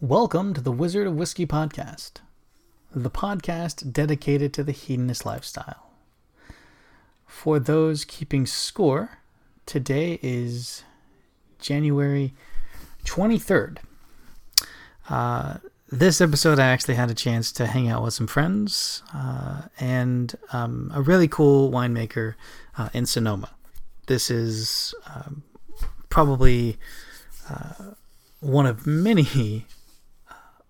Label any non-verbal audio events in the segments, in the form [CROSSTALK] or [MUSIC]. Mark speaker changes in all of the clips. Speaker 1: Welcome to the Wizard of Whiskey podcast, the podcast dedicated to the hedonist lifestyle. For those keeping score, today is January 23rd. Uh, this episode, I actually had a chance to hang out with some friends uh, and um, a really cool winemaker uh, in Sonoma. This is um, probably uh, one of many [LAUGHS]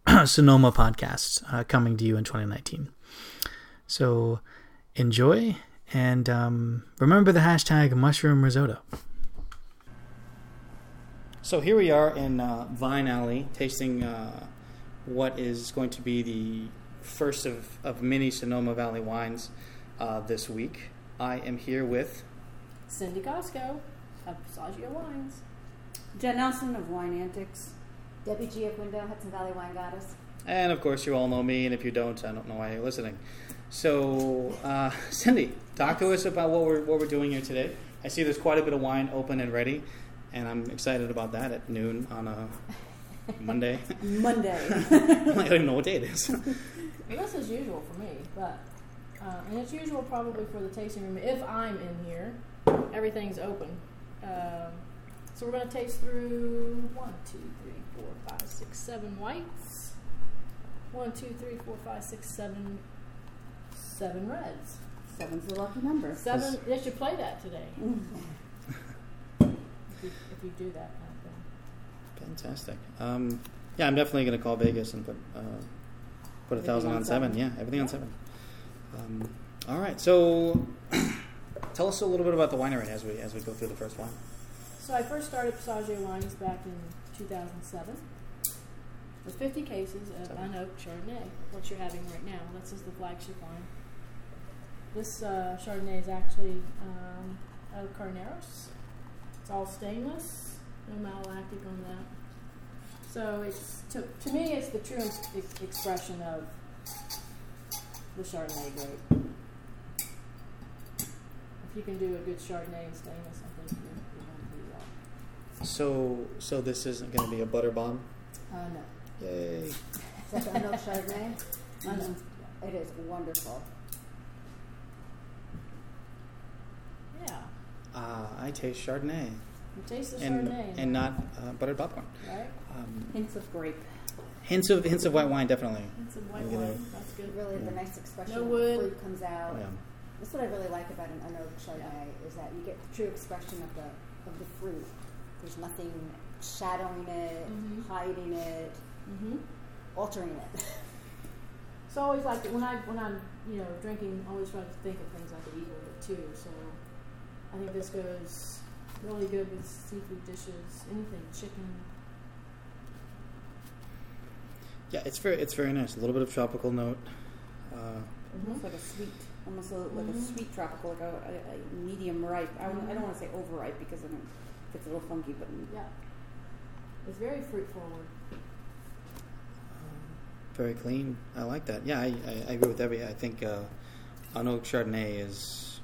Speaker 1: [CLEARS THROAT] Sonoma podcasts uh, coming to you in 2019. So enjoy and um, remember the hashtag mushroom risotto. So here we are in uh, Vine Alley tasting uh, what is going to be the first of, of many Sonoma Valley wines uh, this week. I am here with
Speaker 2: Cindy Costco of Passaggio Wines. Jen Nelson of Wine Antics.
Speaker 3: Debbie G of Window, Hudson Valley Wine Goddess.
Speaker 1: And of course, you all know me, and if you don't, I don't know why you're listening. So, uh, Cindy, talk to us about what we're, what we're doing here today. I see there's quite a bit of wine open and ready, and I'm excited about that at noon
Speaker 2: [LAUGHS]
Speaker 1: on a Monday. [LAUGHS]
Speaker 2: Monday.
Speaker 1: I don't even know what day it is. [LAUGHS]
Speaker 2: this is usual for me, but uh, and it's usual probably for the tasting room if I'm in here. Everything's open, Um so we're going to taste through one, two, three, four, five, six, seven whites. One, two, three, four, five, six, seven, seven [LAUGHS] reds.
Speaker 3: Seven's the lucky number.
Speaker 2: Seven. They should play that today. if, you, if you do that kind of thing.
Speaker 1: Fantastic. Um, yeah, I'm definitely going to call Vegas and put uh, put a
Speaker 2: Everything
Speaker 1: thousand
Speaker 2: on
Speaker 1: on seven.
Speaker 2: seven.
Speaker 1: Yeah, everything on seven. Um, all right. So, [CLEARS THROAT] tell us a little bit about the winery as we as we go through the first wine.
Speaker 2: So I first started Passagio Wines back in 2007 with 50 cases of
Speaker 1: Seven.
Speaker 2: unoaked Chardonnay, what you're having right now. This is the flagship wine. This uh, Chardonnay is actually um, out of Carneros. It's all stainless, no malolactic on that. So it's to, to me, it's the true ex- ex- expression of the Chardonnay grape. If you can do a good Chardonnay and stainless, I think you're, you're going to do well.
Speaker 1: So, so this isn't going to be a butter bomb.
Speaker 2: Uh, no.
Speaker 1: Yay!
Speaker 3: Is that the milk Chardonnay?
Speaker 2: I know.
Speaker 3: It is wonderful.
Speaker 2: Yeah.
Speaker 1: Uh, I taste Chardonnay
Speaker 2: You taste the
Speaker 1: and
Speaker 2: Chardonnay,
Speaker 1: and not uh, buttered popcorn.
Speaker 2: right?
Speaker 1: Um,
Speaker 3: Hints of grape.
Speaker 1: hints of hints of white wine, definitely.
Speaker 2: And some white
Speaker 1: I'm gonna-
Speaker 2: wine. That's good.
Speaker 3: Really,
Speaker 1: Yeah.
Speaker 3: the nice expression
Speaker 2: No
Speaker 3: of
Speaker 2: wood.
Speaker 3: fruit comes
Speaker 2: Oh.
Speaker 3: out.
Speaker 1: Yeah.
Speaker 3: That's what I really like about an unoaked Chardonnay is that you get the true expression of the of the fruit. There's nothing shadowing it,
Speaker 2: Mhm.
Speaker 3: hiding it,
Speaker 2: Mm-hmm.
Speaker 3: altering it.
Speaker 2: So I always like when I when I'm you know drinking, I always try to think of things I could eat with it too. So I think this goes really good with seafood dishes, anything chicken.
Speaker 1: Yeah, it's very it's very nice. A little bit of tropical note. Uh,
Speaker 2: Almost
Speaker 3: like a sweet, almost
Speaker 2: like a Mhm.
Speaker 3: sweet tropical, like a, a medium ripe.
Speaker 2: I don't- I don't wanna
Speaker 3: say overripe because then it gets a little funky, but
Speaker 2: Yeah, it's very fruit forward.
Speaker 1: very clean. I like that. Yeah, I, I, I agree with Debbie. I think uh, an oak Chardonnay is,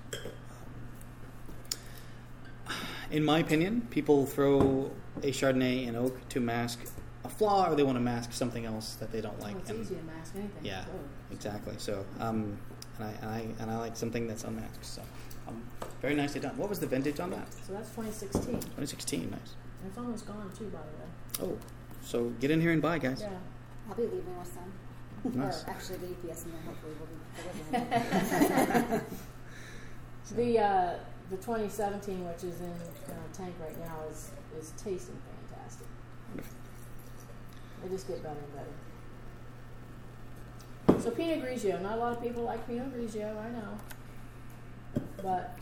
Speaker 1: um, in my opinion, people throw a Chardonnay in oak to mask a flaw, or they want to mask something else that they don't like.
Speaker 2: Well, it's
Speaker 1: And-
Speaker 2: easy to mask anything.
Speaker 1: yeah.
Speaker 2: Whoa.
Speaker 1: Exactly. So, um, and I, and I and I like something that's unmasked. So, um, very nicely done. What was the vintage on that?
Speaker 2: So that's 2016. And
Speaker 1: 2016. Nice.
Speaker 2: It's almost gone too, by the
Speaker 1: Oh, so get in here and buy, guys.
Speaker 2: way. Yeah.
Speaker 3: I'll be leaving with some.
Speaker 1: Nice.
Speaker 3: Or actually, the UPS and then hopefully we'll be delivering.
Speaker 4: [LAUGHS]
Speaker 3: them.
Speaker 2: the uh, [LAUGHS] the 2017, which is in uh, tank right now, is is tasting fantastic. They just get better and better. So Pinot Grigio, not a lot of people like Pinot Grigio, I know, but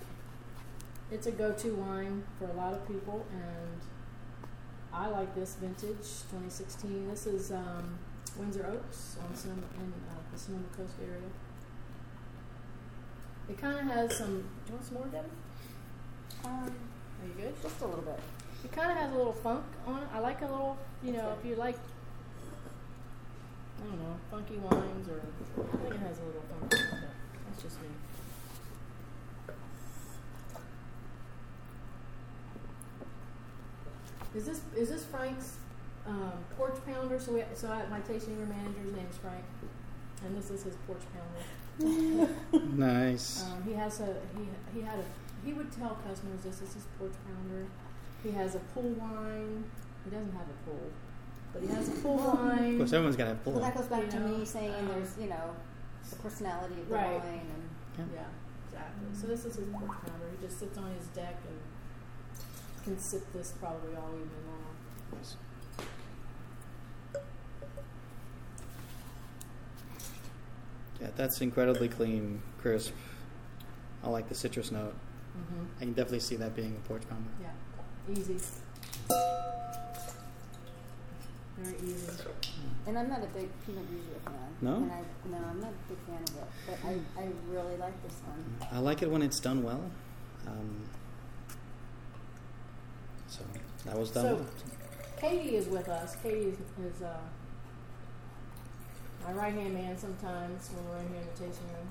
Speaker 2: it's a go-to wine for a lot of people, and I like this vintage 2016. This is um, Windsor Oaks on Sonoma, in uh, the Sonoma Coast area. It kind of has some. Do you want some more, Devin?
Speaker 3: um,
Speaker 2: Are you good?
Speaker 3: just a little bit.
Speaker 2: It kind of has a little funk on it. I like a little, you know, if you like, I don't know, funky wines or. I think it has a little funk. on it, but That's just me. Is this is this Frank's um, porch pounder. So, we, so I, my tasting room manager's name is Frank, and this is his porch pounder.
Speaker 1: [LAUGHS] Nice.
Speaker 2: Um, he has a he he had a he would tell customers this is his porch pounder. He has a pool wine. He doesn't have a pool, but he has a pool
Speaker 1: Of
Speaker 2: wine.
Speaker 1: course, everyone's got to pull
Speaker 3: Well, that
Speaker 1: it.
Speaker 3: goes back
Speaker 2: You
Speaker 3: to
Speaker 2: know,
Speaker 3: me saying
Speaker 2: um,
Speaker 3: there's, you know, the personality of the
Speaker 2: Right.
Speaker 3: wine and
Speaker 2: Yeah, exactly. So this is his porch pounder. He just sits on his deck and can sip this probably all evening long.
Speaker 1: Yeah, that's incredibly clean, crisp. I like the citrus note.
Speaker 2: Mm-hmm.
Speaker 1: I can definitely see that being a porch pounder.
Speaker 2: Yeah, easy. Very easy.
Speaker 3: And I'm not a big Pinot Grigio fan.
Speaker 1: No? Hmm.
Speaker 3: And I, no, I'm not a big fan of it. But I, I really like this one.
Speaker 1: I like it when it's done well. Um, so that was done.
Speaker 2: So-
Speaker 1: well.
Speaker 2: Katie is with us. Katie is, is uh, my right hand man sometimes when we're in here in the tasting room.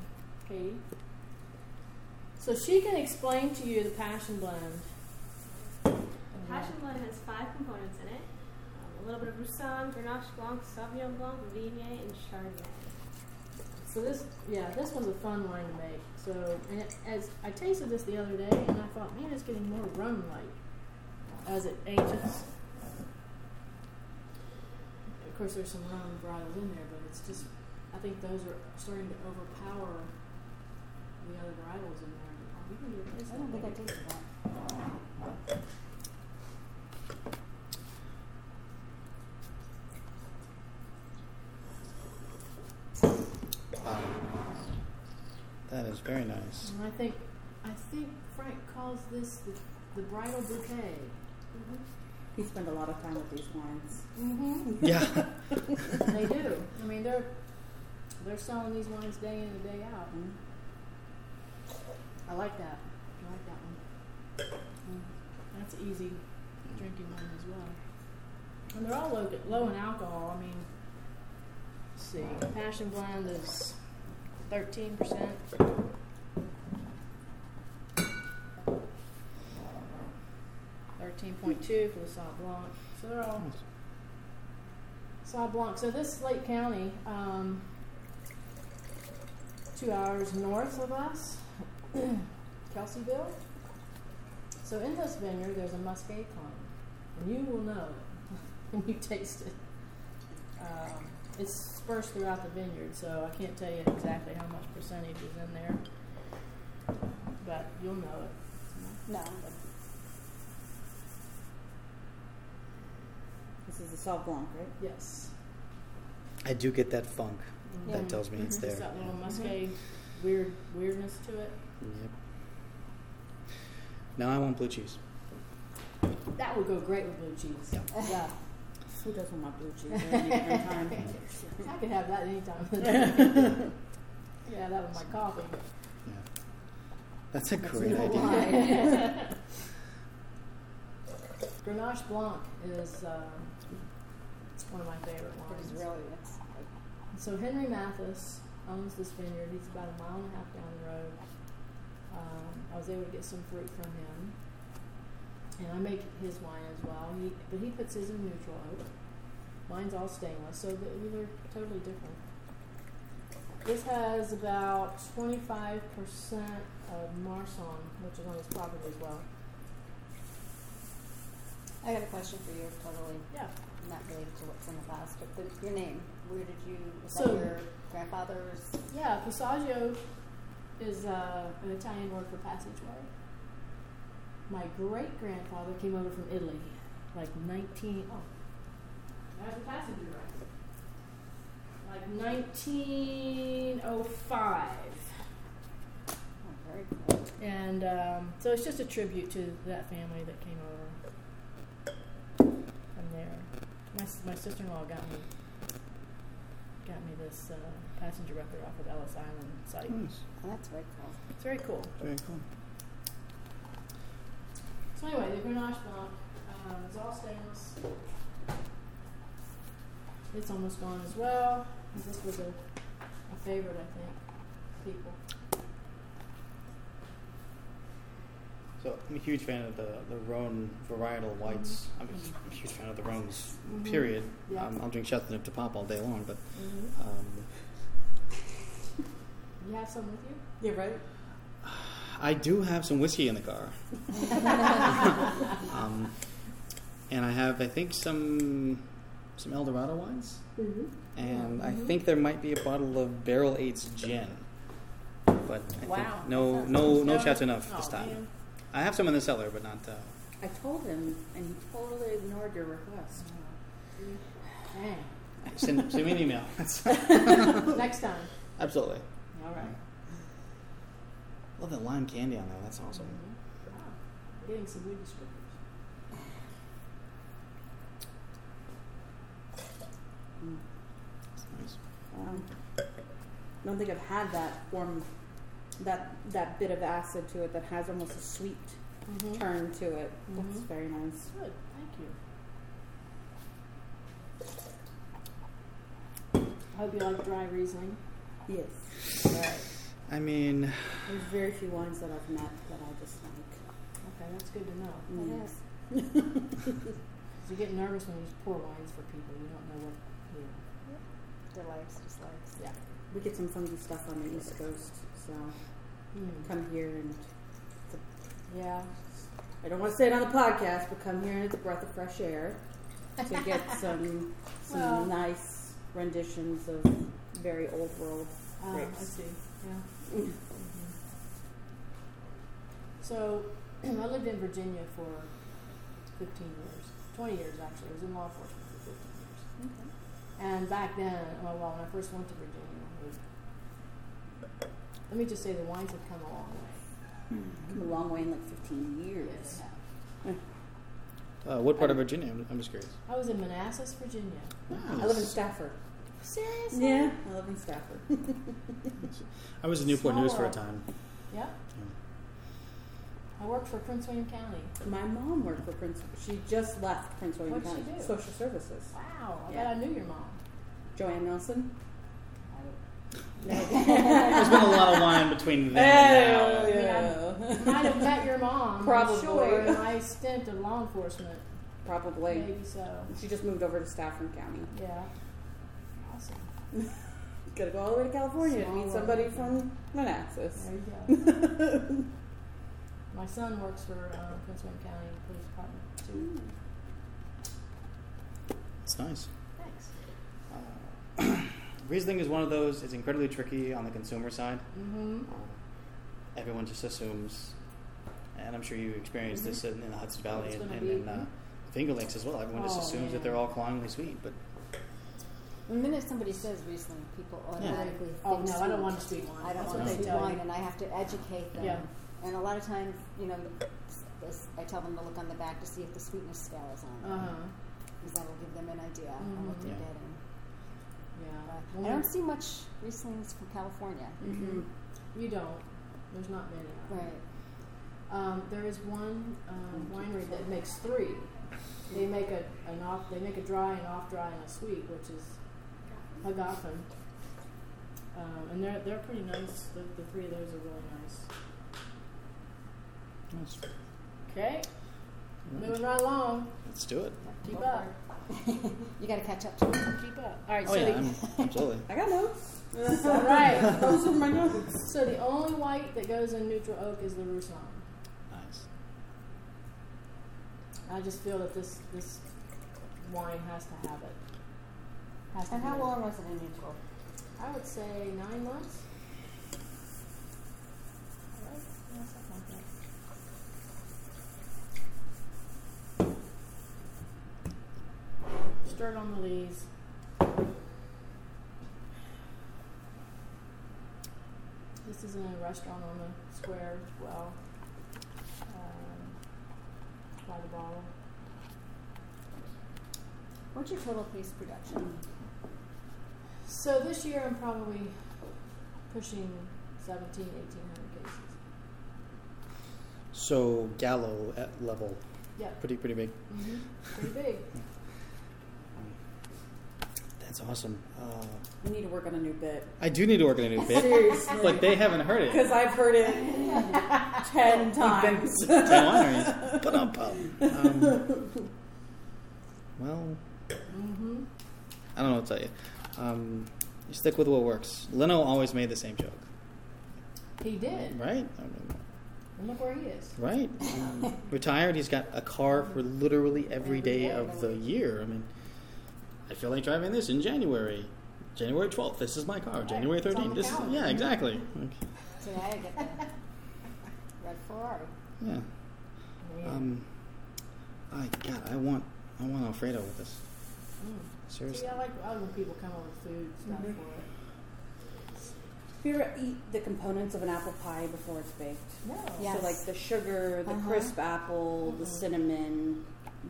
Speaker 2: Katie. So she can explain to you the passion blend.
Speaker 4: Passion blend has five components in it: um, a little bit of Roussan, Grenache Blanc, Sauvignon Blanc, Viognier, and Chardonnay.
Speaker 2: So this, yeah, this was a fun wine to make. So, and it, as I tasted this the other day, and I thought, man, it's getting more rum-like as it ages. Of course, there's some rum bridles in there, but it's just, I think those are starting to overpower the other bridles in there. Oh, you can do this.
Speaker 3: I don't think I tasted that.
Speaker 1: Wow. Um, That is very nice. [LAUGHS]
Speaker 2: And I think, I think Frank calls this the, the bridal bouquet.
Speaker 5: We spend a lot of time with these wines.
Speaker 2: Mm-hmm.
Speaker 1: Yeah.
Speaker 3: Mm-hmm.
Speaker 2: they do. I mean, they're they're selling these wines day in and day out.
Speaker 3: Mm-hmm.
Speaker 5: Mhm.
Speaker 2: I like that. I like that one. Mm. That's easy drinking wine as well. And they're all low, low in alcohol. I mean, let's see, Passion Blend is thirteen percent. Thirteen point two for the Sauv Blanc. So they're all Sauv Blanc. So this Lake County, um, two hours north of us, Kelseyville. So in this vineyard, there's a muscat pine, and you will know [LAUGHS] when you taste it. Um, it's dispersed throughout the vineyard, so I can't tell you exactly how much percentage is in there, but you'll know it.
Speaker 3: No. but
Speaker 5: This is the Sauv Blanc, right?
Speaker 2: Yes.
Speaker 1: I do get that funk.
Speaker 2: Mhm.
Speaker 1: That tells me it's
Speaker 2: Just
Speaker 1: there.
Speaker 2: that little muscat weird weirdness to it.
Speaker 1: Yep. Now I want blue cheese.
Speaker 2: That would go great with blue cheese.
Speaker 1: Yeah.
Speaker 2: yeah.
Speaker 5: Who doesn't want blue
Speaker 3: [LAUGHS]
Speaker 5: cheese at any given time?
Speaker 2: I could have that anytime.
Speaker 1: [LAUGHS]
Speaker 2: [LAUGHS] yeah, that was my coffee.
Speaker 1: Yeah. That's a
Speaker 5: That's
Speaker 1: great
Speaker 5: no
Speaker 1: idea.
Speaker 5: lie.
Speaker 2: Grenache Blanc is um, it's one of my favorite
Speaker 3: It
Speaker 2: wines.
Speaker 3: was really, it's like,
Speaker 2: So Henry Mathis owns this vineyard. He's about a mile and a half down the road. Um, I was able to get some fruit from him, and I make his wine as well. He, but he puts his in neutral oak. Mine's all stainless, so they- they're totally different. This has about 25% of Marsan, which is on his property as well.
Speaker 3: I got a question for you, totally
Speaker 2: Yeah.
Speaker 3: not related to what's in the glass, but the, your name. Where did you, was
Speaker 2: So-
Speaker 3: that your grandfather's?
Speaker 2: Yeah, passaggio is uh, an Italian word for passageway. My great grandfather came over from Italy, like 19. Oh, that's a passenger right. Like 1905.
Speaker 3: Oh, very cool.
Speaker 2: And um, so it's just a tribute to that family that came over from there. My, s- my sister in law got me got me this uh, passenger record off of Ellis Island site.
Speaker 1: Nice.
Speaker 3: Oh, that's very cool.
Speaker 2: It's very cool.
Speaker 1: Very cool.
Speaker 2: So anyway, the Grenache Blanc um, is all stainless. It's almost gone as well. This was a, a favorite, I think, people.
Speaker 1: So I'm a huge fan of the, the Rhone varietal whites. I'm, a, hu- I'm a huge fan of the Rhones, period.
Speaker 2: Mm-hmm. Yeah.
Speaker 1: Um, I'll drink Chateauneuf to pop all day long, but
Speaker 2: hmm
Speaker 1: um,
Speaker 2: You have some with you?
Speaker 3: Yeah, right?
Speaker 1: I do have some whiskey in
Speaker 2: [LAUGHS]
Speaker 1: the car. um, and I have, I think, some some El Dorado wines.
Speaker 3: Mm-hmm.
Speaker 1: And
Speaker 2: Mm-hmm.
Speaker 1: I think there might be a bottle of Barrel Eight's gin. But I
Speaker 2: Wow.
Speaker 1: think no,
Speaker 2: That
Speaker 1: no,
Speaker 2: sounds
Speaker 1: no
Speaker 2: good.
Speaker 1: Chateauneuf this
Speaker 2: Oh,
Speaker 1: time.
Speaker 2: man.
Speaker 1: I have some in the cellar, but not. Uh,
Speaker 3: I told him, and he totally ignored your request.
Speaker 2: Dang.
Speaker 1: send, send me an email. [LAUGHS]
Speaker 2: Oh, Next time.
Speaker 1: Absolutely.
Speaker 2: All right.
Speaker 1: Love the lime candy on there. That's awesome.
Speaker 2: Mm-hmm. Wow. Getting some good descriptors.
Speaker 1: That's nice.
Speaker 3: Um, I don't think I've had that form, that that bit of acid to it that has almost a sweet
Speaker 1: Mm-hmm.
Speaker 3: turn to it. That's
Speaker 2: Mhm.
Speaker 3: very nice.
Speaker 2: Good. Thank you. I hope you like dry Riesling.
Speaker 3: Yes,
Speaker 2: All right.
Speaker 1: I mean,
Speaker 3: there's very few wines that I've met that I just like.
Speaker 2: Okay, that's good to know.
Speaker 3: Mm.
Speaker 6: is.
Speaker 2: Because you get nervous when you pour wines for people. You don't know what. You
Speaker 6: Delights, dislikes.
Speaker 2: Yeah.
Speaker 3: We get some funky stuff on the East Coast, so come here and
Speaker 2: Yeah.
Speaker 3: I don't want to say it on the podcast, but come here and it's a breath of fresh air to get some some
Speaker 2: Well-
Speaker 3: nice renditions of very old world.
Speaker 2: Um, I
Speaker 3: Grapes.
Speaker 2: see. Yeah. Mhm. So, [CLEARS THROAT] I lived in Virginia for 15 years, 20 years actually. I was in law enforcement for 15 years. And back then, well, well, when I first went to Virginia, it was, let me just say the wines have come a long way.
Speaker 3: Come a long way in like 15 years.
Speaker 2: Yes.
Speaker 1: uh, what part of Virginia? I'm, I'm just curious.
Speaker 2: I was in Manassas, Virginia.
Speaker 3: I live in Stafford.
Speaker 2: Seriously?
Speaker 3: Yeah, I live in Stafford.
Speaker 1: I was in Newport News for a
Speaker 2: Small
Speaker 1: time.
Speaker 2: Yeah. I worked for Prince William County.
Speaker 3: My mom worked for Prince. She just left Prince William
Speaker 2: What'd she
Speaker 3: County
Speaker 2: do?
Speaker 3: Social Services.
Speaker 2: Wow. I
Speaker 3: Yeah.
Speaker 2: bet I knew your mom.
Speaker 3: Joanne Nelson. [LAUGHS]
Speaker 1: There's been a lot of wine between then and now.
Speaker 2: [LAUGHS]
Speaker 3: Oh,
Speaker 2: Might have met your mom. I'm
Speaker 3: Probably.
Speaker 2: sure, in my stint of law enforcement.
Speaker 3: Probably.
Speaker 2: Maybe so.
Speaker 3: She just moved over to Stafford County.
Speaker 2: Yeah. Awesome.
Speaker 3: Gotta go all the way to California to
Speaker 2: Small
Speaker 3: meet
Speaker 2: world.
Speaker 3: somebody from Manassas.
Speaker 2: There you go.
Speaker 6: [LAUGHS]
Speaker 2: My son works for uh, Prince William County Police Department too.
Speaker 1: It's nice.
Speaker 2: Thanks.
Speaker 1: [CLEARS THROAT] Riesling is one of those. It's incredibly tricky on the consumer side.
Speaker 2: Mm-hmm.
Speaker 1: Everyone just assumes, and I'm sure you experienced this in, in the Hudson
Speaker 2: Mm-hmm.
Speaker 1: Valley
Speaker 2: It's
Speaker 1: and,
Speaker 2: gonna
Speaker 1: and
Speaker 2: be- Mm-hmm.
Speaker 1: in uh, Finger Lakes as well. Everyone just
Speaker 2: Oh,
Speaker 1: assumes
Speaker 2: man.
Speaker 1: that they're all cloyingly sweet, but
Speaker 6: The minute somebody says Riesling, people automatically think
Speaker 2: Oh, no, I don't
Speaker 6: sweet.
Speaker 2: want a sweet wine.
Speaker 6: I don't
Speaker 2: That's
Speaker 6: want
Speaker 2: what
Speaker 6: to
Speaker 2: they
Speaker 6: do
Speaker 2: tell
Speaker 6: wine,
Speaker 2: you.
Speaker 6: and I have to educate them.
Speaker 2: Yeah.
Speaker 6: And a lot of times, you know, this, I tell them to look on the back to see if the sweetness scale is on,
Speaker 2: Uh huh.
Speaker 6: because that will give them an idea on
Speaker 2: Mhm.
Speaker 6: what they're
Speaker 1: Yeah.
Speaker 6: getting.
Speaker 2: Yeah.
Speaker 6: But
Speaker 2: Well,
Speaker 6: I don't see much Rieslings from California.
Speaker 3: Mm-hmm.
Speaker 2: You don't. There's not many. of them.
Speaker 6: Right.
Speaker 2: Um, there is one um, winery that makes three. They make a an off. They make a dry, an off dry, and a sweet, which is Hagafen. Um, and they're they're pretty nice. The, the three of those are really nice.
Speaker 1: let's,
Speaker 2: Okay,
Speaker 1: Mm-hmm.
Speaker 2: moving right along.
Speaker 1: let's do it.
Speaker 2: Keep up.
Speaker 6: You got to catch up to them.
Speaker 2: Keep up. All right.
Speaker 1: Oh
Speaker 2: so
Speaker 1: yeah,
Speaker 2: the-
Speaker 1: I'm,
Speaker 2: [LAUGHS]
Speaker 1: absolutely.
Speaker 3: I got notes. [LAUGHS]
Speaker 2: All right.
Speaker 3: Those are my notes.
Speaker 2: So the only white that goes in neutral oak is the Roussan.
Speaker 1: Nice.
Speaker 2: I just feel that this this wine has to have it. Has to
Speaker 6: And how
Speaker 2: have
Speaker 6: long was it in neutral?
Speaker 2: It. I would say nine months. Right? Yeah, something like that. Stir it on the lees. This is in a restaurant on the square as well. Um, by the bottle.
Speaker 6: What's your total case production?
Speaker 2: So this year I'm probably pushing 17, 1800 cases.
Speaker 1: So Gallo at level,
Speaker 2: Yep. Mm-hmm.
Speaker 1: pretty pretty big.
Speaker 2: hmm Pretty big.
Speaker 1: That's awesome. Uh,
Speaker 3: We need to work on a new bit.
Speaker 1: I do need to work on a new bit,
Speaker 3: Seriously.
Speaker 1: but they haven't
Speaker 3: [LAUGHS]
Speaker 1: heard it.
Speaker 3: Because I've
Speaker 2: [LAUGHS]
Speaker 3: heard it ten times. [LAUGHS]
Speaker 1: Ten honorees. Ba-dum-bum. Um, well, I don't know what to tell you. Um, you stick with what works. Leno always made the same joke,
Speaker 2: He did.
Speaker 1: right? I mean,
Speaker 2: And look where he is.
Speaker 1: right. Um, retired, he's got a car for literally every day of the year. I mean, I feel like driving this in January. January 12th, this is my car. January
Speaker 2: It's on
Speaker 1: 13th,
Speaker 2: the
Speaker 1: this is.
Speaker 2: calendar.
Speaker 1: Yeah, exactly. Like,
Speaker 6: Today I get the [LAUGHS] red Ferrari.
Speaker 1: yeah. Um, I God, I want I want Alfredo with this.
Speaker 2: See,
Speaker 1: Seriously,
Speaker 2: I like, I like when people come up with food stuff for it.
Speaker 3: Have you ever eat the components of an apple pie before it's baked?
Speaker 2: No.
Speaker 6: Yes.
Speaker 3: So like the sugar, the
Speaker 6: Uh-huh.
Speaker 3: crisp apple, the cinnamon.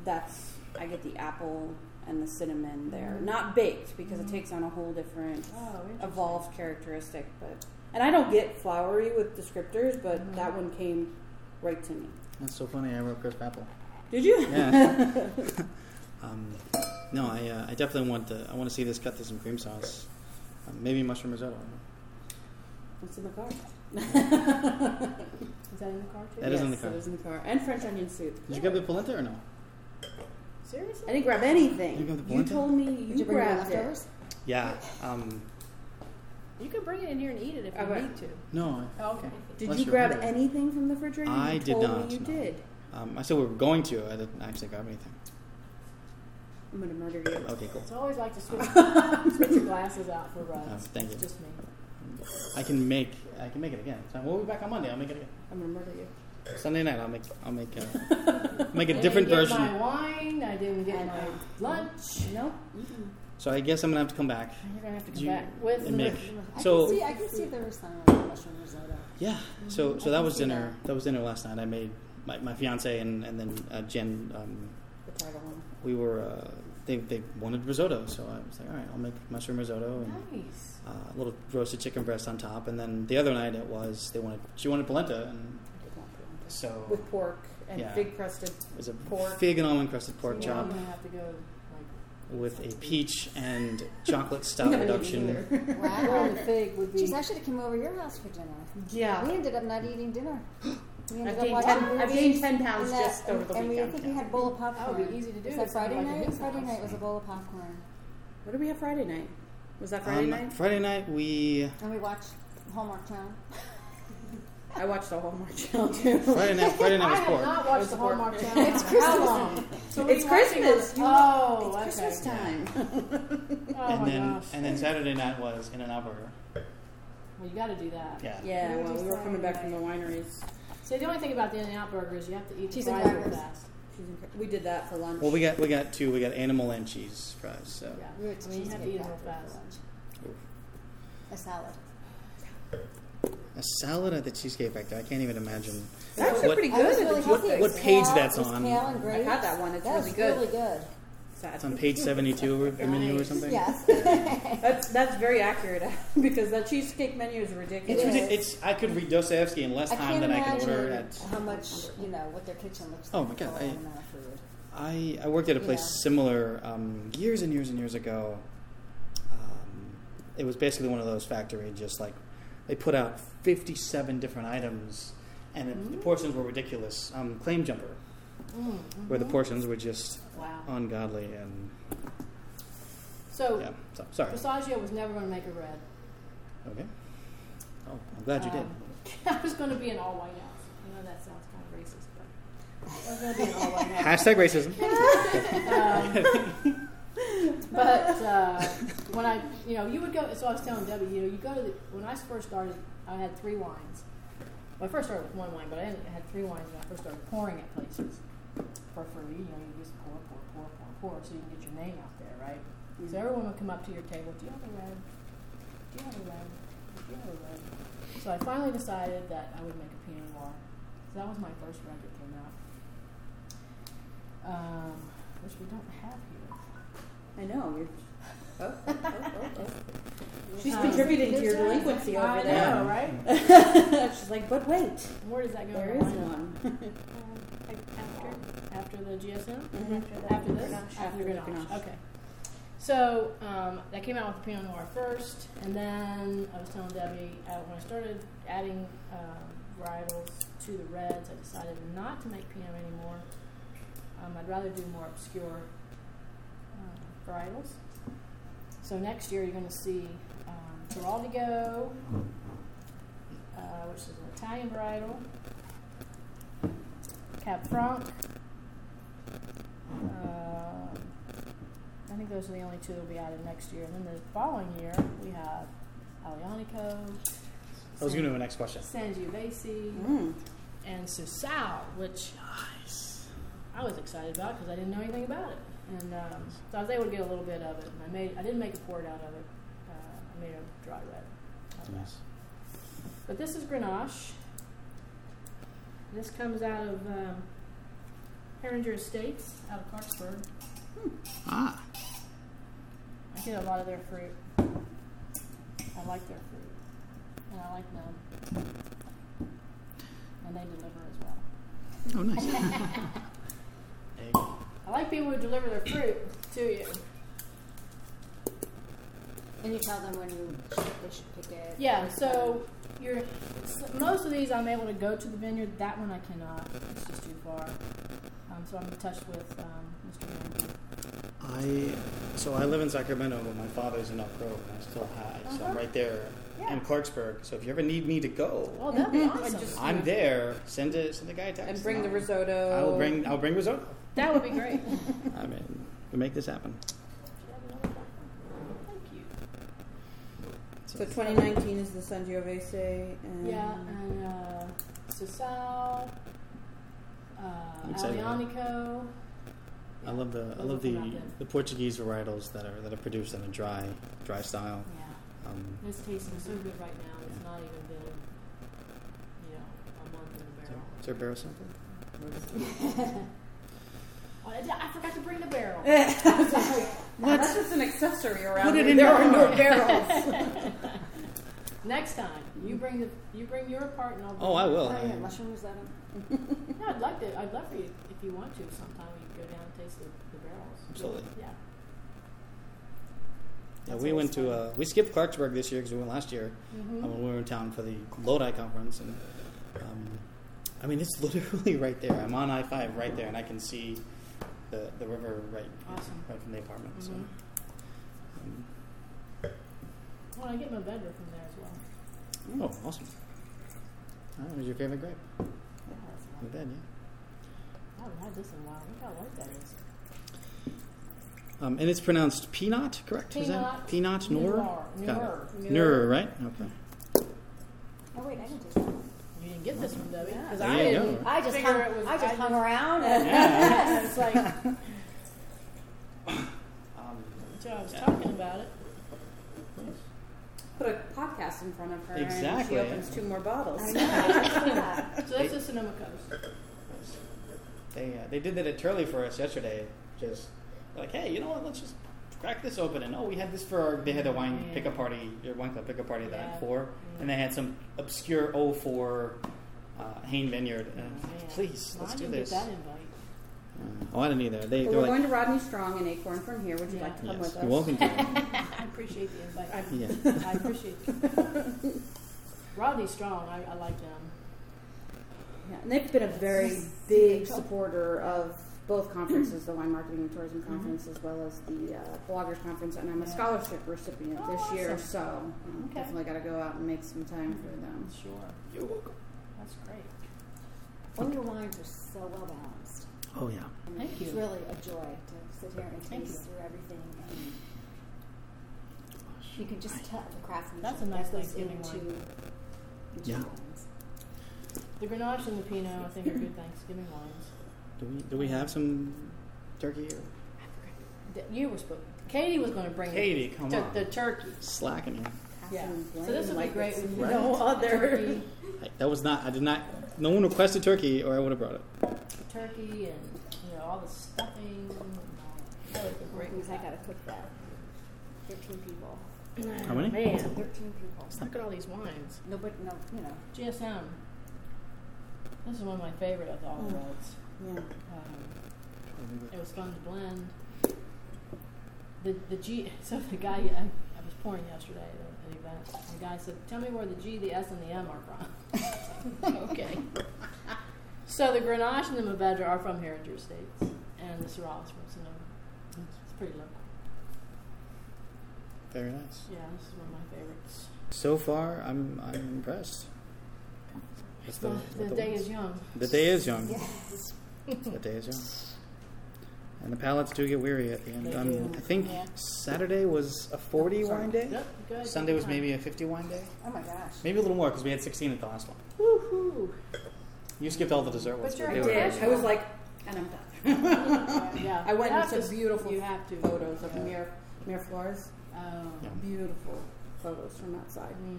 Speaker 3: That's I get the apple and the cinnamon there, not baked because it takes on a whole different
Speaker 2: Oh, interesting.
Speaker 3: evolved characteristic. But and I don't get flowery with descriptors, but that one came right to me.
Speaker 1: that's so funny. I wrote crisp apple.
Speaker 3: Did you?
Speaker 1: Yeah.
Speaker 3: [LAUGHS]
Speaker 1: um, no, I uh, I definitely want to. I want to see this cut to some cream sauce. Um, maybe mushroom risotto. I don't know.
Speaker 3: What's in the car?
Speaker 2: Is that in the car too?
Speaker 1: That is in the
Speaker 3: Yes,
Speaker 1: car.
Speaker 3: That is in the car. And French onion soup.
Speaker 1: Did you grab the polenta or no?
Speaker 2: Seriously?
Speaker 3: I didn't grab anything.
Speaker 1: You grabbed the
Speaker 3: you
Speaker 1: polenta?
Speaker 3: told me you,
Speaker 6: Did you bring your
Speaker 3: grabbed it. [LAUGHS]
Speaker 6: leftovers?
Speaker 1: Yeah. Um,
Speaker 2: You can bring it in here and eat it if you
Speaker 3: Okay.
Speaker 2: need to.
Speaker 1: no.
Speaker 2: Oh, okay.
Speaker 3: Did
Speaker 1: Unless
Speaker 3: you
Speaker 1: you're
Speaker 3: grab
Speaker 1: hungry.
Speaker 3: anything from the refrigerator?
Speaker 1: I
Speaker 3: you
Speaker 1: did
Speaker 3: told
Speaker 1: not,
Speaker 3: Me you
Speaker 1: no.
Speaker 3: did.
Speaker 1: Um, I said we were going to. I didn't actually grab anything.
Speaker 3: I'm gonna murder you.
Speaker 1: Okay, cool.
Speaker 2: It's always like to switch, switch your glasses out for
Speaker 1: Uh,
Speaker 2: rides.
Speaker 1: thank you.
Speaker 2: Just me.
Speaker 1: I can make. I can make it again. So we'll be back on Monday. I'll make it again.
Speaker 3: I'm gonna murder you.
Speaker 1: Sunday night. I'll make. I'll make. Uh, make
Speaker 2: I [LAUGHS]
Speaker 1: a different
Speaker 2: didn't
Speaker 1: version.
Speaker 2: Get my wine. I didn't get my lunch.
Speaker 3: Nope.
Speaker 1: So I guess I'm gonna have to come back.
Speaker 2: You're gonna have to
Speaker 1: Do
Speaker 2: come
Speaker 1: you-
Speaker 2: back with
Speaker 1: and make-
Speaker 6: I
Speaker 1: So-
Speaker 6: can see, I can see there was some like mushroom risotto.
Speaker 1: Yeah. So so
Speaker 6: I
Speaker 1: that
Speaker 6: can
Speaker 1: was
Speaker 6: see
Speaker 1: dinner. That. was dinner last night. I made my, my fiance and and then uh, Jen. Um,
Speaker 6: The title one.
Speaker 1: we were uh, they they wanted risotto, so I was like, all right, I'll make mushroom risotto and
Speaker 2: Nice.
Speaker 1: uh, a little roasted chicken breast on top. And then the other night it was they wanted she wanted polenta, and
Speaker 3: I did not put it
Speaker 1: so
Speaker 3: on. With pork and
Speaker 1: Yeah.
Speaker 3: big crusted.
Speaker 1: it was a
Speaker 3: pork.
Speaker 1: fig and almond crusted pork
Speaker 2: yeah,
Speaker 1: chop
Speaker 2: I'm gonna have to go. Like,
Speaker 1: with a peach and chocolate stout
Speaker 3: [LAUGHS]
Speaker 1: reduction.
Speaker 6: Wow.
Speaker 2: the fig would be.
Speaker 6: Geez, I should have come over to your house for dinner.
Speaker 3: Yeah.
Speaker 6: We ended up not eating dinner. We ended
Speaker 3: I've
Speaker 6: up
Speaker 3: gained,
Speaker 6: watching
Speaker 3: ten, I've gained
Speaker 6: movies
Speaker 3: 10 pounds
Speaker 6: and that-
Speaker 3: just over the
Speaker 6: and
Speaker 3: weekend.
Speaker 6: we I think we had a bowl of
Speaker 2: That
Speaker 6: popcorn.
Speaker 2: would be easy to do.
Speaker 6: Was that
Speaker 2: It's
Speaker 6: Friday
Speaker 2: Oh, like a
Speaker 6: night?
Speaker 2: hit
Speaker 6: Friday
Speaker 2: house.
Speaker 6: night was a bowl of popcorn.
Speaker 3: What did we have Friday night? Was that Friday
Speaker 1: Um,
Speaker 3: night?
Speaker 1: Friday night we
Speaker 6: And we watched Hallmark Channel.
Speaker 3: I watched [LAUGHS] the Hallmark Channel too. [LAUGHS]
Speaker 1: Friday night Friday
Speaker 2: I
Speaker 1: night was
Speaker 2: have
Speaker 1: pork.
Speaker 2: not watched
Speaker 3: It's
Speaker 2: the
Speaker 3: pork.
Speaker 2: Hallmark Channel. it's How
Speaker 6: Christmas.
Speaker 2: long? So what
Speaker 3: It's
Speaker 2: are you watching on-
Speaker 3: Christmas. You-
Speaker 2: Oh, okay.
Speaker 3: it's Christmas time.
Speaker 2: [LAUGHS] Oh
Speaker 1: and
Speaker 2: my
Speaker 1: then
Speaker 2: gosh.
Speaker 1: and then Saturday night was in and out burger.
Speaker 2: well, you got to do that.
Speaker 1: Yeah.
Speaker 3: yeah,
Speaker 2: We were
Speaker 3: well,
Speaker 2: just
Speaker 3: we were
Speaker 2: there
Speaker 3: coming back
Speaker 2: anyway.
Speaker 3: from the wineries.
Speaker 2: So the only thing about the In-N-Out Burger is you have to eat
Speaker 6: Cheese
Speaker 2: the
Speaker 6: and
Speaker 2: fries real
Speaker 6: crackers.
Speaker 2: fast.
Speaker 3: She's inc- We did that for lunch.
Speaker 1: Well, we got we got two. We got animal and cheese fries. So
Speaker 2: Yeah,
Speaker 6: We were
Speaker 2: I mean you have to eat them real fast.
Speaker 1: Oof.
Speaker 6: A salad.
Speaker 1: a salad at the Cheesecake Factory. I can't even imagine.
Speaker 3: That's actually
Speaker 1: what-
Speaker 3: pretty
Speaker 6: I
Speaker 3: good.
Speaker 6: was
Speaker 3: at the
Speaker 6: really healthy.
Speaker 3: cheesecake.
Speaker 6: It
Speaker 1: what
Speaker 6: was
Speaker 1: page
Speaker 6: kale-
Speaker 1: that's
Speaker 6: it was
Speaker 1: on?
Speaker 6: Kale
Speaker 3: I
Speaker 6: and grapes.
Speaker 3: had that one. It's
Speaker 6: That
Speaker 3: really
Speaker 6: was
Speaker 3: good.
Speaker 6: really good.
Speaker 3: Sad.
Speaker 1: It's on page seventy-two of the menu or something.
Speaker 6: Yes.
Speaker 3: That's that's very accurate [LAUGHS] because that cheesecake menu is
Speaker 1: It's,
Speaker 3: ridiculous.
Speaker 6: It
Speaker 1: ridic-
Speaker 6: is.
Speaker 1: it's I could read Dostoevsky in less
Speaker 6: [LAUGHS] I
Speaker 1: time
Speaker 6: can't
Speaker 1: than I
Speaker 6: imagine
Speaker 1: can order at.
Speaker 6: how much you know what their kitchen looks like.
Speaker 1: Oh my God,
Speaker 6: with
Speaker 1: I-
Speaker 6: all that amount of food.
Speaker 1: I, I worked at a place
Speaker 6: Yeah.
Speaker 1: similar um, years and years and years ago. Um, it was basically one of those factory, just like they put out fifty-seven different items, and it,
Speaker 2: Mm.
Speaker 1: the portions were ridiculous. Um, claim jumper,
Speaker 2: Mm-hmm.
Speaker 1: where the Oh, portions were just
Speaker 2: Wow.
Speaker 1: ungodly and
Speaker 2: So
Speaker 1: yeah. So, sorry.
Speaker 2: Passaggio was never going to make a red.
Speaker 1: Okay. Oh, I'm glad you did.
Speaker 2: Um, [LAUGHS] I was going to be an all-white house. I know that sounds kind of racist, but I was going to be an
Speaker 1: [LAUGHS]
Speaker 2: all-white house.
Speaker 1: Hashtag racism.
Speaker 2: Um, [LAUGHS] But uh, when I, you know, you would go. So I was telling Debbie, you know, you go to the, when I first started, I had three wines. Well, I first started with one wine, but I, didn't, I had three wines when I first started pouring at places for free. You know, you just pour, pour, pour, pour, pour, so you can get your name out there, right? So everyone would come up to your table. Do you have a red? Do you have a red? Do you have a red? So I finally decided that I would make a Pinot Noir. So that was my first red that came out, um, which we don't have here.
Speaker 3: I know. You're, oh, oh, oh, oh. She's
Speaker 2: Um,
Speaker 3: contributing to your
Speaker 2: there's a-
Speaker 3: delinquency over
Speaker 2: I
Speaker 3: there.
Speaker 2: know, right?
Speaker 3: [LAUGHS] She's like, but wait,
Speaker 2: Where does that go?
Speaker 3: there
Speaker 2: in
Speaker 3: is
Speaker 2: the lineup?
Speaker 3: one.
Speaker 7: Um, like after.
Speaker 2: After the GSM?
Speaker 3: Mhm.
Speaker 2: After this?
Speaker 7: Grenache.
Speaker 2: After
Speaker 3: After
Speaker 2: the
Speaker 3: the
Speaker 2: Grenache.
Speaker 3: Grenache.
Speaker 2: Okay. So um, that came out with the Pinot Noir first, and then I was telling Debbie uh, when I started adding um, varietals to the reds, I decided not to make Pinot anymore. Um, I'd rather do more obscure uh, varietals. So next year you're going to see um, Giraldigo, uh, which is an Italian varietal, Cab Franc. Um I think those are the only two that'll be added next year. And then the following year we have Alianico,
Speaker 1: I was going to do my next question.
Speaker 2: Sangiovese,
Speaker 1: Hmm.
Speaker 3: Mm.
Speaker 2: and Susau, which I was excited about because I didn't know anything about it, and um, so I was able to get a little bit of it. And I made I didn't make a port out of it. Uh, I made a dry red. out of it.
Speaker 1: Nice.
Speaker 2: But this is Grenache. This comes out of um, Herringer Estates out of Clarksburg.
Speaker 4: Ah,
Speaker 2: I get a lot of their fruit. I like their fruit, and I like them, and they deliver as
Speaker 4: oh
Speaker 2: well.
Speaker 4: nice.
Speaker 1: Egg.
Speaker 2: I like people who deliver their fruit to you.
Speaker 6: And you tell them when you should, they should pick it.
Speaker 2: Yeah, so you're s most of these I'm able to go to the vineyard. That one I cannot. It's just too far. Um, so I'm in touch with um, Mr. Ramsey.
Speaker 1: I so I live in Sacramento, but my father's in Elk Grove, and I still high, so I'm right there
Speaker 2: Uh-huh. Yeah.
Speaker 1: in Clarksburg. So if you ever need me to go,
Speaker 2: Oh, that'd [LAUGHS] be
Speaker 3: Mhm. I
Speaker 2: awesome.
Speaker 3: just-
Speaker 1: I'm there. Send a send a guy a text,
Speaker 3: And bring the
Speaker 1: I'll-
Speaker 3: risotto.
Speaker 1: I will bring. I'll bring risotto.
Speaker 2: that would be great.
Speaker 1: I mean, we make this happen.
Speaker 2: Thank you.
Speaker 3: So 2019 is the Sangiovese and
Speaker 2: Yeah,
Speaker 3: [LAUGHS]
Speaker 2: and uh, Sisal, uh,
Speaker 1: I'm excited.
Speaker 2: Alianico.
Speaker 1: I love the I love the the Portuguese varietals that are that are produced in a dry dry style.
Speaker 2: Yeah,
Speaker 1: Um,
Speaker 2: and it's tasting so good right now. It's not even been, you know, a month in the
Speaker 1: is there-
Speaker 2: barrel.
Speaker 1: is there a barrel sample?
Speaker 2: Oh, I I forgot to bring the
Speaker 1: [LAUGHS]
Speaker 2: barrel. [LAUGHS]
Speaker 3: That's just an accessory around.
Speaker 1: Put it
Speaker 3: here.
Speaker 1: in
Speaker 3: there
Speaker 1: your
Speaker 3: are no
Speaker 1: eye. [LAUGHS]
Speaker 3: barrels.
Speaker 2: Next time, you bring the you bring your part and I'll. Bring
Speaker 1: Oh, I will.
Speaker 6: Oh, yeah,
Speaker 1: I,
Speaker 6: mushroom risotto.
Speaker 2: Yeah, I'd like to. I'd love for you if you want to. Sometime we can go down and taste the, the barrels.
Speaker 1: Absolutely.
Speaker 2: Yeah.
Speaker 1: yeah,
Speaker 2: That's
Speaker 1: we
Speaker 2: always
Speaker 1: went to
Speaker 2: fun.
Speaker 1: uh, we skipped Clarksburg this year because we went last year.
Speaker 2: Mm-hmm.
Speaker 1: um, when we were in town for the Lodi conference, and um, I mean it's [LAUGHS] literally right there. I'm on I five right there, and I can see the the river right
Speaker 2: Awesome.
Speaker 1: right from the apartment.
Speaker 3: Mm-hmm.
Speaker 2: Mhm.
Speaker 1: So um,
Speaker 2: Well, I get my vendor from there as well.
Speaker 1: oh, awesome. That was your favorite grape?
Speaker 2: Yeah, that's
Speaker 1: Not
Speaker 2: nice.
Speaker 1: bad, yeah.
Speaker 2: I haven't had this in a while. Look how light that is.
Speaker 1: Um, and it's pronounced peanut, correct? Is that peanut nor?
Speaker 2: Noir.
Speaker 1: Got it.
Speaker 2: Noir.
Speaker 1: Nur, right? Okay.
Speaker 6: Oh wait, I didn't taste that. one.
Speaker 2: You didn't get this from Debbie because
Speaker 1: There
Speaker 2: I
Speaker 1: you
Speaker 2: didn't.
Speaker 1: go.
Speaker 6: I just
Speaker 2: Figure
Speaker 6: hung.
Speaker 2: it was-
Speaker 6: I
Speaker 2: I
Speaker 6: just hung
Speaker 2: just-
Speaker 6: around. And
Speaker 2: [LAUGHS]
Speaker 1: Yeah.
Speaker 6: [LAUGHS]
Speaker 2: it's like until
Speaker 1: um,
Speaker 2: I was talking about it.
Speaker 3: Put a podcast in front of her.
Speaker 1: Exactly.
Speaker 3: And she opens two more bottles.
Speaker 6: I know. I just saw that.
Speaker 2: So that's the Sonoma Coast.
Speaker 1: they uh, they did that at Turley for us yesterday. Just like, hey, you know what? Let's just crack this open. And oh, we had this for our. They had a wine
Speaker 2: Yeah.
Speaker 1: pickup party, or wine club pickup party that
Speaker 2: Yeah.
Speaker 1: night for, and they had some obscure 04 uh, Hain Vineyard. And I'm like,
Speaker 2: Man.
Speaker 1: please,
Speaker 2: Oh, Well,
Speaker 1: let's
Speaker 2: I didn't
Speaker 1: do this.
Speaker 2: Get that invite.
Speaker 1: Uh, oh, I didn't either. They,
Speaker 3: But
Speaker 1: they
Speaker 3: we're
Speaker 1: were
Speaker 3: going
Speaker 1: like,
Speaker 3: to Rodney Strong and Acorn from here. Would you
Speaker 2: Yeah.
Speaker 3: like to come
Speaker 1: yes,
Speaker 3: with us?
Speaker 1: you're
Speaker 2: [LAUGHS]
Speaker 1: welcome to.
Speaker 2: I appreciate the invite.
Speaker 3: I-
Speaker 1: yeah.
Speaker 2: I appreciate it. Rodney Strong, I, I like them.
Speaker 3: Yeah, and they've been a very big supporter of both conferences, the Wine Marketing and Tourism Conference, as well as the uh, Bloggers Conference, and I'm a
Speaker 2: Mm-hmm. Yeah.
Speaker 3: scholarship recipient
Speaker 2: Oh,
Speaker 3: this year,
Speaker 2: awesome.
Speaker 3: so um,
Speaker 2: Okay.
Speaker 3: definitely got to go out and make some time for them.
Speaker 2: Sure.
Speaker 1: [LAUGHS] You're welcome.
Speaker 2: That's great.
Speaker 6: All your wines are so well balanced.
Speaker 1: Oh yeah.
Speaker 6: I mean,
Speaker 2: Thank
Speaker 6: It's
Speaker 2: you.
Speaker 6: really a joy to sit here and
Speaker 2: Thank you.
Speaker 6: taste through everything. And you can just tell the craftsmanship
Speaker 2: That's a nice
Speaker 6: that goes
Speaker 2: Thanksgiving
Speaker 6: into
Speaker 2: wine.
Speaker 6: into
Speaker 1: Yeah.
Speaker 6: wines.
Speaker 2: The Grenache and the Pinot, I think, are good Thanksgiving wines.
Speaker 1: Do we do we have some turkey or
Speaker 2: Th- You were supposed. Katie was going to bring
Speaker 1: Katie?
Speaker 2: the,
Speaker 1: Come
Speaker 2: tur-
Speaker 1: on,
Speaker 2: the turkey.
Speaker 1: slacking. here.
Speaker 3: Have
Speaker 2: Mm-hmm. Yeah.
Speaker 3: some
Speaker 2: So
Speaker 3: blend
Speaker 2: this would be
Speaker 3: like
Speaker 2: great
Speaker 3: it's
Speaker 2: with
Speaker 3: no other.
Speaker 2: turkey,
Speaker 1: I, that was not. I did not. No one requested turkey, or I would have brought it.
Speaker 2: turkey, and you know all the stuffing. And all that. That would be great.
Speaker 6: Because I gotta cook that. Thirteen people.
Speaker 1: How many?
Speaker 2: Man,
Speaker 6: Thirteen people.
Speaker 2: look at all these wines.
Speaker 6: Nobody, no, you know.
Speaker 2: GSM. This is one of my favorite of all the reds.
Speaker 3: Yeah.
Speaker 2: Um, it was fun to blend. the the G. [LAUGHS] So the guy I, I was pouring yesterday at an event. and The guy said, "Tell me where the G, the S, and the M are from." [LAUGHS] okay. So the Grenache and the Mourvedre are from Heritage Estates, and the Syrah is from Sonoma. It's pretty local.
Speaker 1: Very nice.
Speaker 2: Yeah, this is one of my favorites.
Speaker 1: So far, I'm I'm impressed. With
Speaker 2: The,
Speaker 1: with
Speaker 2: the day
Speaker 1: wines.
Speaker 2: is young.
Speaker 1: The day is young.
Speaker 6: Yes.
Speaker 1: The day is young. And the palates do get weary at the end.
Speaker 2: They
Speaker 1: Um,
Speaker 2: do.
Speaker 1: I think
Speaker 6: Yeah.
Speaker 1: Saturday was a 40
Speaker 6: Sorry.
Speaker 1: wine day.
Speaker 2: Yep, good.
Speaker 1: Sunday was
Speaker 2: Good
Speaker 1: maybe a 50 wine day.
Speaker 6: Oh my gosh.
Speaker 1: Maybe a little more because we had 16 at the last one.
Speaker 2: time. Woohoo!
Speaker 1: You skipped all the dessert ones.
Speaker 6: But you're
Speaker 1: they
Speaker 6: a
Speaker 1: were-
Speaker 6: dish.
Speaker 3: I was like, and I'm done.
Speaker 2: yeah,
Speaker 3: I went
Speaker 2: You
Speaker 3: and
Speaker 2: have
Speaker 3: took
Speaker 2: to-
Speaker 3: beautiful
Speaker 2: You have to.
Speaker 3: photos of Mir Miraflores.
Speaker 2: Oh.
Speaker 1: Yeah.
Speaker 3: Beautiful photos from outside.
Speaker 2: Mm.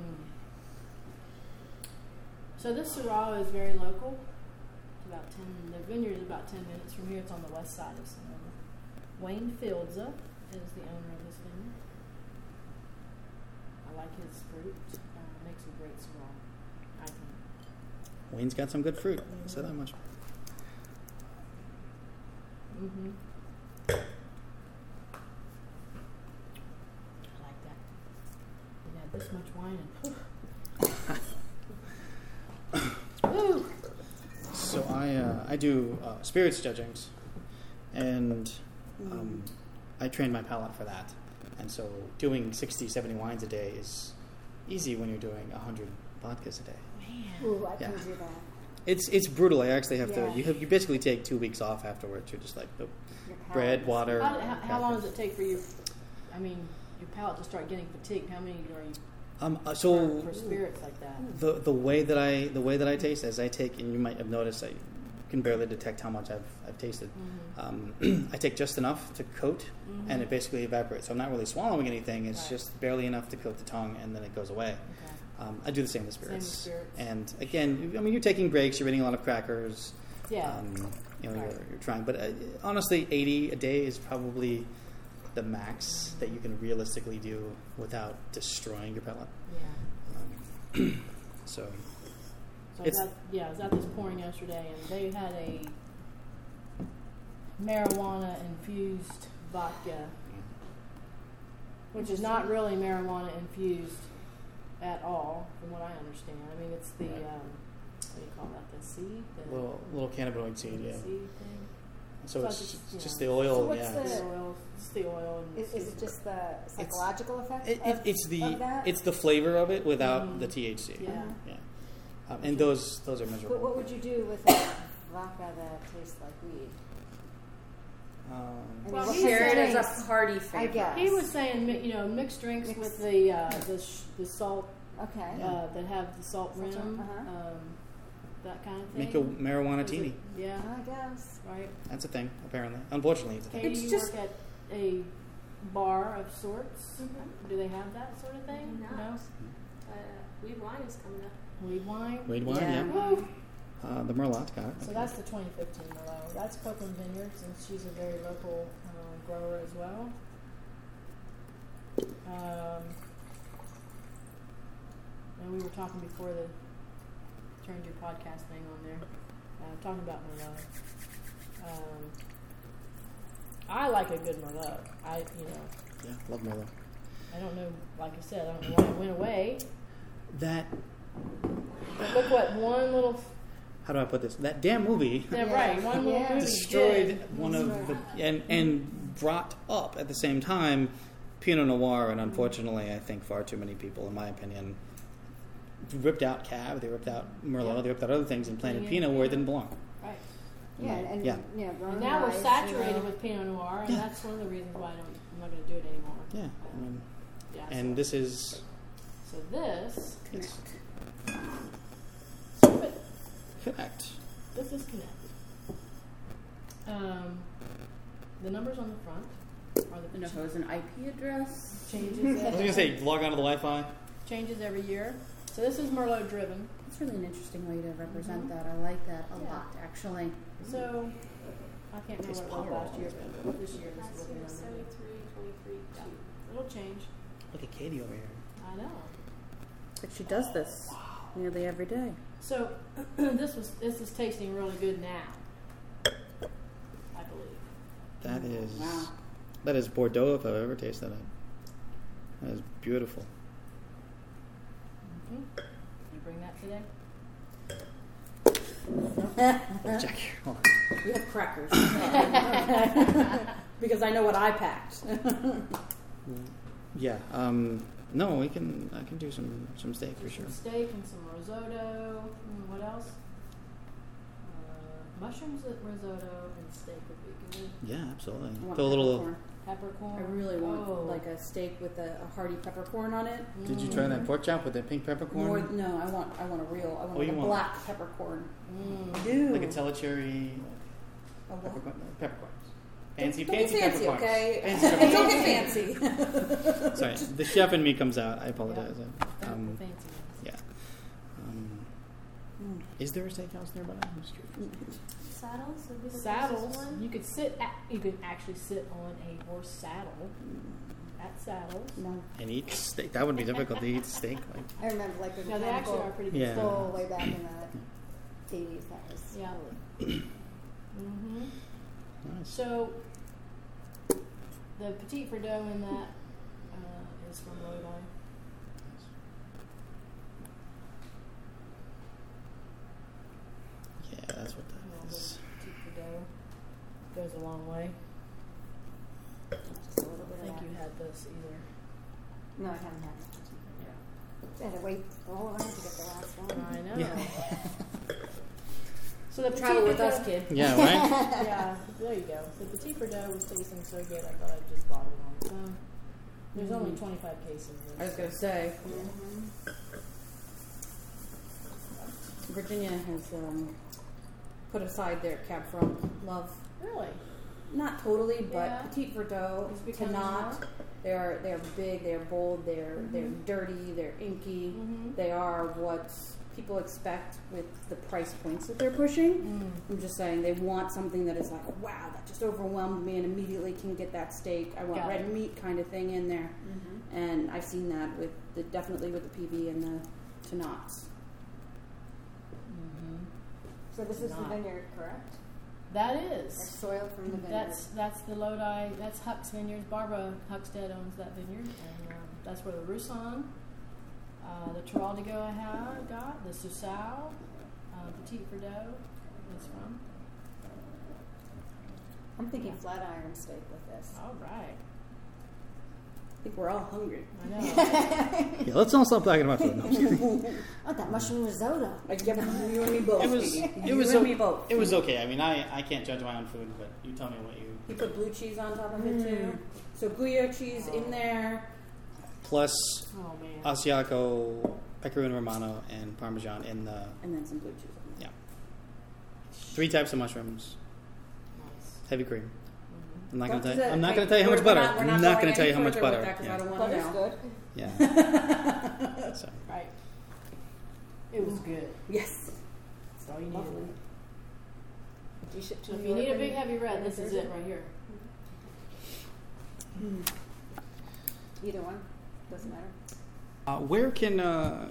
Speaker 2: So this Syrah is very local. It's about ten. The vineyard is about ten minutes from here. It's on the west side of Sonoma. Wayne Fieldsa is the owner of this vineyard. I like his fruit. Uh, makes a great Syrah. I think.
Speaker 1: Wayne's got some good fruit. I said that much.
Speaker 2: Mm-hmm. I like that. We had this much wine and. Woo!
Speaker 1: So I uh, I do uh, spirits judgings, and um, I train my palate for that. And so doing 60, 70 wines a day is easy when you're doing 100 vodkas a day.
Speaker 6: Ooh, I can
Speaker 1: Yeah.
Speaker 6: do that.
Speaker 1: It's it's brutal. I actually have
Speaker 6: Yeah.
Speaker 1: to. You have you basically take two weeks off afterwards. You're just like nope.
Speaker 6: Your palate
Speaker 1: bread,
Speaker 6: is-
Speaker 1: water.
Speaker 2: How, how, how long does it take for you? I mean, your palate to start getting fatigued. How many are you
Speaker 1: Um, uh, so
Speaker 2: for, for spirits like that?
Speaker 1: the the way that I the way that I taste is I take and you might have noticed I can barely detect how much I've I've tasted.
Speaker 2: Mm-hmm.
Speaker 1: Um, [CLEARS THROAT] I take just enough to coat, and it basically evaporates. So I'm not really swallowing anything. It's
Speaker 2: Right.
Speaker 1: just barely enough to coat the tongue, and then it goes away.
Speaker 2: Okay.
Speaker 1: Um, I do the same with
Speaker 2: Same with
Speaker 1: spirits.
Speaker 2: spirits.
Speaker 1: And again, I mean, you're taking breaks. You're eating a lot of crackers.
Speaker 2: Yeah.
Speaker 1: Um, you know,
Speaker 2: Right.
Speaker 1: you're, you're trying. But uh, honestly, 80 a day is probably the max that you can realistically do without destroying your palate.
Speaker 2: yeah.
Speaker 1: Um, [CLEARS THROAT] so
Speaker 2: So
Speaker 1: it's-
Speaker 2: I was at, yeah, I was at this pouring yesterday, and they had a marijuana infused vodka, which is not really marijuana infused at all, from what I understand. I mean, it's the
Speaker 1: Right.
Speaker 2: um, what do you call that? The seed, the
Speaker 1: little little cannabinoid seed, yeah.
Speaker 2: seed thing.
Speaker 1: So
Speaker 2: So
Speaker 1: it's
Speaker 2: it's just,
Speaker 1: just,
Speaker 2: you
Speaker 1: just
Speaker 2: know.
Speaker 1: the oil,
Speaker 6: So what's
Speaker 1: yeah.
Speaker 6: the-
Speaker 2: It's the oil. It's the oil. And
Speaker 6: Is, is it just the psychological effect?
Speaker 1: It, it,
Speaker 6: of,
Speaker 1: it's
Speaker 6: of
Speaker 1: the
Speaker 6: that?
Speaker 1: it's the flavor of it without
Speaker 2: Mhm.
Speaker 1: the THC.
Speaker 2: Yeah.
Speaker 1: Yeah. Um, and those those are
Speaker 6: But
Speaker 1: measurable.
Speaker 6: what would you do with a vodka that tastes like weed? I
Speaker 1: Um,
Speaker 6: mean,
Speaker 2: Well,
Speaker 6: what
Speaker 2: he
Speaker 6: kinds of
Speaker 2: said
Speaker 3: Jared is
Speaker 6: drinks?
Speaker 3: a party
Speaker 6: I
Speaker 3: favorite.
Speaker 6: guess.
Speaker 2: He was saying, mi- you know, mixed drinks
Speaker 6: Mixed.
Speaker 2: with the uh, the, sh- the salt
Speaker 6: Okay.
Speaker 2: uh, that have the salt
Speaker 6: Salt
Speaker 2: rim,
Speaker 6: rim, uh-huh.
Speaker 2: um, that kind of thing.
Speaker 1: make a marijuana
Speaker 2: Was it-
Speaker 1: teeny.
Speaker 2: Yeah,
Speaker 6: I guess.
Speaker 2: right.
Speaker 1: That's a thing, apparently. Unfortunately, it's a thing.
Speaker 2: Katie,
Speaker 3: It's
Speaker 2: you
Speaker 3: just-
Speaker 2: work at a bar of sorts.
Speaker 7: Mhm.
Speaker 2: Do they have that sort of thing?
Speaker 7: No. Uh, weed wine is coming up.
Speaker 2: Weed wine.
Speaker 1: Wade wine, yeah.
Speaker 3: Yeah.
Speaker 2: Woo!
Speaker 1: Uh, the Merlot got it.
Speaker 2: So that's the 2015 Merlot. That's Copeland Vineyards, and she's a very local um, grower as well. Um, and we were talking before the turned your podcast thing on there, uh, talking about Merlot. Um, I like a good Merlot. I, you know,
Speaker 1: Yeah, love Merlot.
Speaker 2: I don't know. Like I said, I don't know why it went away.
Speaker 1: That,
Speaker 2: But look what one little,
Speaker 1: how do I put this? That damn movie [LAUGHS]
Speaker 2: yeah, right, one little
Speaker 6: Yeah.
Speaker 2: movie
Speaker 1: destroyed
Speaker 2: did.
Speaker 1: one of the, and, and brought up at the same time Pinot Noir, and unfortunately, I think far too many people, in my opinion, ripped out Cab, they ripped out Merlot,
Speaker 2: Yeah.
Speaker 1: they ripped out other things and planted
Speaker 2: Yeah.
Speaker 1: Pinot where it didn't belong.
Speaker 2: Right.
Speaker 6: Yeah, and
Speaker 1: Yeah.
Speaker 6: yeah,
Speaker 2: And now we're saturated
Speaker 6: you know.
Speaker 2: with Pinot Noir, and
Speaker 1: Yeah.
Speaker 2: that's one of the reasons why I don't, I'm not going to do it anymore.
Speaker 1: Yeah. I mean,
Speaker 2: Yeah.
Speaker 1: and this is,
Speaker 2: so, so this,
Speaker 1: it's connect.
Speaker 2: this is connected. Um, the numbers on the front are
Speaker 3: And
Speaker 2: the
Speaker 3: if it was an IP address,
Speaker 2: changes.
Speaker 1: I was going to
Speaker 2: every,
Speaker 1: say, log onto the Wi Fi.
Speaker 2: changes every year. So this is Merlot driven.
Speaker 3: it's really an interesting way to represent that. I like that a
Speaker 2: Yeah.
Speaker 3: lot, actually.
Speaker 2: So I can't remember
Speaker 1: Tastes
Speaker 2: what it was last
Speaker 1: powerful.
Speaker 2: year, but this year this
Speaker 7: Last
Speaker 2: is
Speaker 7: year
Speaker 2: what
Speaker 7: was 73, 23, 2.
Speaker 2: It'll change.
Speaker 1: Look at Katie over here.
Speaker 2: I know.
Speaker 3: But she does this nearly every day.
Speaker 2: So [CLEARS THROAT] this was this is tasting really good now. I believe.
Speaker 1: That is
Speaker 3: Wow.
Speaker 1: That is Bordeaux if I've ever tasted it. That is beautiful.
Speaker 2: Okay. You bring that today?
Speaker 1: Jack, hold on.
Speaker 3: We have crackers. [LAUGHS] because I know what I packed.
Speaker 1: Yeah. Um, no, we can. I can do some some steak for
Speaker 2: There's
Speaker 1: sure.
Speaker 2: some steak and some risotto. Mm, what else? Uh, mushrooms with risotto and steak would be good.
Speaker 1: Yeah, absolutely.
Speaker 3: I want
Speaker 1: Throw a little.
Speaker 3: peppercorn.
Speaker 2: Peppercorn.
Speaker 3: I really want
Speaker 2: oh. Hmm.
Speaker 3: like a steak with a, a hearty peppercorn on it.
Speaker 1: Did you try that pork chop with that pink peppercorn?
Speaker 3: More, no, I want I want a real. I want
Speaker 1: Oh,
Speaker 3: like
Speaker 1: you
Speaker 3: a
Speaker 1: want-
Speaker 3: black peppercorn.
Speaker 2: Mm.
Speaker 3: Dude,
Speaker 1: like a telecherry peppercorn, peppercorns. Fancy,
Speaker 3: Don't get
Speaker 1: fancy,
Speaker 3: fancy,
Speaker 1: peppercorns.
Speaker 3: okay?
Speaker 1: Fancy
Speaker 3: Don't [LAUGHS]
Speaker 1: peppercorns.
Speaker 3: get fancy.
Speaker 1: Sorry, the chef in me comes out. I apologize.
Speaker 2: That's the
Speaker 1: Um,
Speaker 2: fancy ones.
Speaker 1: yeah. Um,
Speaker 3: Mm.
Speaker 1: is there a steakhouse nearby? I'm just curious.
Speaker 7: Saddles would be the
Speaker 2: Saddles.
Speaker 7: closest one.
Speaker 2: You could sit. At, you could actually sit on a horse saddle. At saddles.
Speaker 3: No.
Speaker 1: And eat steak. That would be difficult to eat steak. Like,
Speaker 6: I remember like the
Speaker 2: No, they actually are
Speaker 6: mechanical
Speaker 2: pretty
Speaker 1: Yeah.
Speaker 2: good.
Speaker 6: stole way back in the eighties. That was
Speaker 2: Yeah.
Speaker 6: really-
Speaker 2: Mm-hmm.
Speaker 1: nice.
Speaker 2: So the petit verdot in that uh, is from Lodi.
Speaker 1: Yeah, that's what
Speaker 2: A
Speaker 1: that
Speaker 2: little
Speaker 1: is.
Speaker 2: bit of petit verdot goes a long way.
Speaker 6: just a little
Speaker 2: I
Speaker 6: bit
Speaker 2: don't think
Speaker 6: of that.
Speaker 2: you had this either.
Speaker 6: No, I haven't had it. I had to wait a whole while to get the last one.
Speaker 2: I know.
Speaker 1: Yeah.
Speaker 2: [LAUGHS] So the
Speaker 3: Travel
Speaker 2: petit
Speaker 3: with us,
Speaker 2: verdot-
Speaker 3: kid.
Speaker 1: Yeah, right?
Speaker 2: yeah, [LAUGHS] there you go. The petit verdot was tasting so good, I thought I'd just bottle one. There's
Speaker 6: Mm-hmm.
Speaker 2: only 25 cases.
Speaker 3: I was gonna say, Virginia has um, put aside their cab from love.
Speaker 2: Really?
Speaker 3: Not totally, but
Speaker 2: Yeah.
Speaker 3: Petit Verdot,
Speaker 2: It's becoming
Speaker 3: Tanat. They're they're big. They're bold. They're they're
Speaker 2: Mm-hmm.
Speaker 3: dirty. They're inky.
Speaker 6: Mm-hmm.
Speaker 2: Mhm.
Speaker 3: They are what people expect with the price points that they're pushing.
Speaker 2: Mm.
Speaker 3: I'm just saying they want something that is like, wow, that just overwhelmed me, and immediately can get that steak. I want
Speaker 2: Got
Speaker 3: red
Speaker 2: it.
Speaker 3: meat kind of thing in there,
Speaker 1: Mm-hmm.
Speaker 3: and I've seen that with the definitely with the PB and the Tanats.
Speaker 6: So this is the
Speaker 2: Not.
Speaker 6: vineyard, correct?
Speaker 2: Mm-hmm. That
Speaker 6: That's
Speaker 2: is.
Speaker 6: soil from the vineyard.
Speaker 2: That's that's the Lodi. That's Huck's Vineyards. Barbara Huckstead owns that vineyard, and um, that's where the Roussan, uh, the Teraldigo I have got, the Susau, uh, Petit Verdot is from.
Speaker 6: I'm thinking flat iron steak with this.
Speaker 2: All right,
Speaker 3: I think we're all hungry. [LAUGHS]
Speaker 2: I know.
Speaker 1: [LAUGHS] Yeah, let's not stop talking about food. No, I'm just kidding.
Speaker 6: Oh, that mushroom risotto.
Speaker 3: Like you and me both.
Speaker 1: It was.
Speaker 3: Petey.
Speaker 1: It
Speaker 3: you
Speaker 1: was.
Speaker 3: and
Speaker 1: o-
Speaker 3: me both.
Speaker 1: It was okay. I mean, I I can't judge my own food, but you tell me what you.
Speaker 3: He put blue cheese on top of
Speaker 1: Mm.
Speaker 3: it too. So Gruyere cheese in there.
Speaker 1: Plus
Speaker 2: [LAUGHS] oh man.
Speaker 1: Uh, Asiago, Pecorino Romano, and Parmesan in the
Speaker 3: And then some blue cheese on there.
Speaker 1: yeah. Three types of mushrooms,
Speaker 2: Nice.
Speaker 1: heavy cream.
Speaker 2: Mhm.
Speaker 1: I'm not
Speaker 3: Don't
Speaker 1: gonna tell. You,
Speaker 3: do that.
Speaker 1: I'm not gonna
Speaker 3: Hey,
Speaker 1: tell you how
Speaker 3: we're-
Speaker 1: much
Speaker 3: we're
Speaker 1: butter.
Speaker 3: we're
Speaker 1: I'm not
Speaker 3: going
Speaker 1: gonna tell
Speaker 3: any
Speaker 1: you how much
Speaker 3: further with
Speaker 1: butter.
Speaker 3: that 'cause I
Speaker 1: Yeah,
Speaker 3: don't wanna
Speaker 6: Butter's
Speaker 3: know.
Speaker 6: good.
Speaker 1: yeah.
Speaker 3: [LAUGHS] So-
Speaker 2: Right. It was good.
Speaker 3: Yes.
Speaker 2: That's all you needed.
Speaker 6: Lovely. Do you ship to
Speaker 2: If
Speaker 6: New
Speaker 2: you
Speaker 6: York
Speaker 2: need a
Speaker 6: and-
Speaker 2: big heavy red, this is it right here.
Speaker 6: Either one. Doesn't matter.
Speaker 1: Uh, where can uh,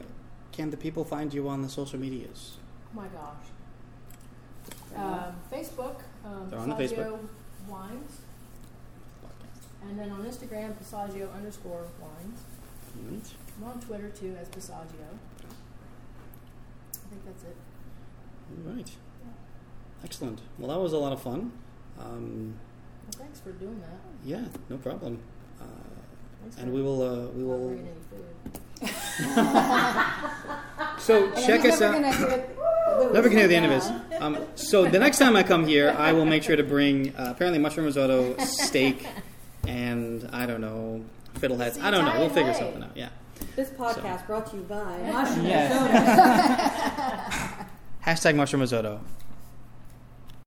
Speaker 1: can the people find you on the social medias?
Speaker 2: Oh my gosh. Um, Facebook, um,
Speaker 1: They're on the
Speaker 2: Passaggio Wines, and then on Instagram, Passaggio underscore wines.
Speaker 1: Right.
Speaker 2: I'm on Twitter too as Passaggio. I think that's it.
Speaker 1: All right. Excellent. Well, that was a lot of fun. Um,
Speaker 2: Well, thanks for doing that.
Speaker 1: yeah, no problem. Uh,
Speaker 2: Thanks
Speaker 1: and
Speaker 2: for
Speaker 1: we will. Uh, we
Speaker 2: not
Speaker 1: will.
Speaker 2: bringing any food.
Speaker 1: So
Speaker 6: And
Speaker 1: check
Speaker 6: I'm
Speaker 1: us
Speaker 6: never
Speaker 1: out.
Speaker 6: Gonna do it. Lou,
Speaker 1: Never can hear the end of
Speaker 6: now.
Speaker 1: this. Um, so the next time I come here, I will make sure to bring uh, apparently mushroom risotto, steak, and I don't know fiddleheads. I don't know. We'll figure something out. Yeah.
Speaker 3: This podcast brought to you by Mushroom
Speaker 1: Yeah.
Speaker 3: Soda.
Speaker 1: Hashtag mushroom risotto.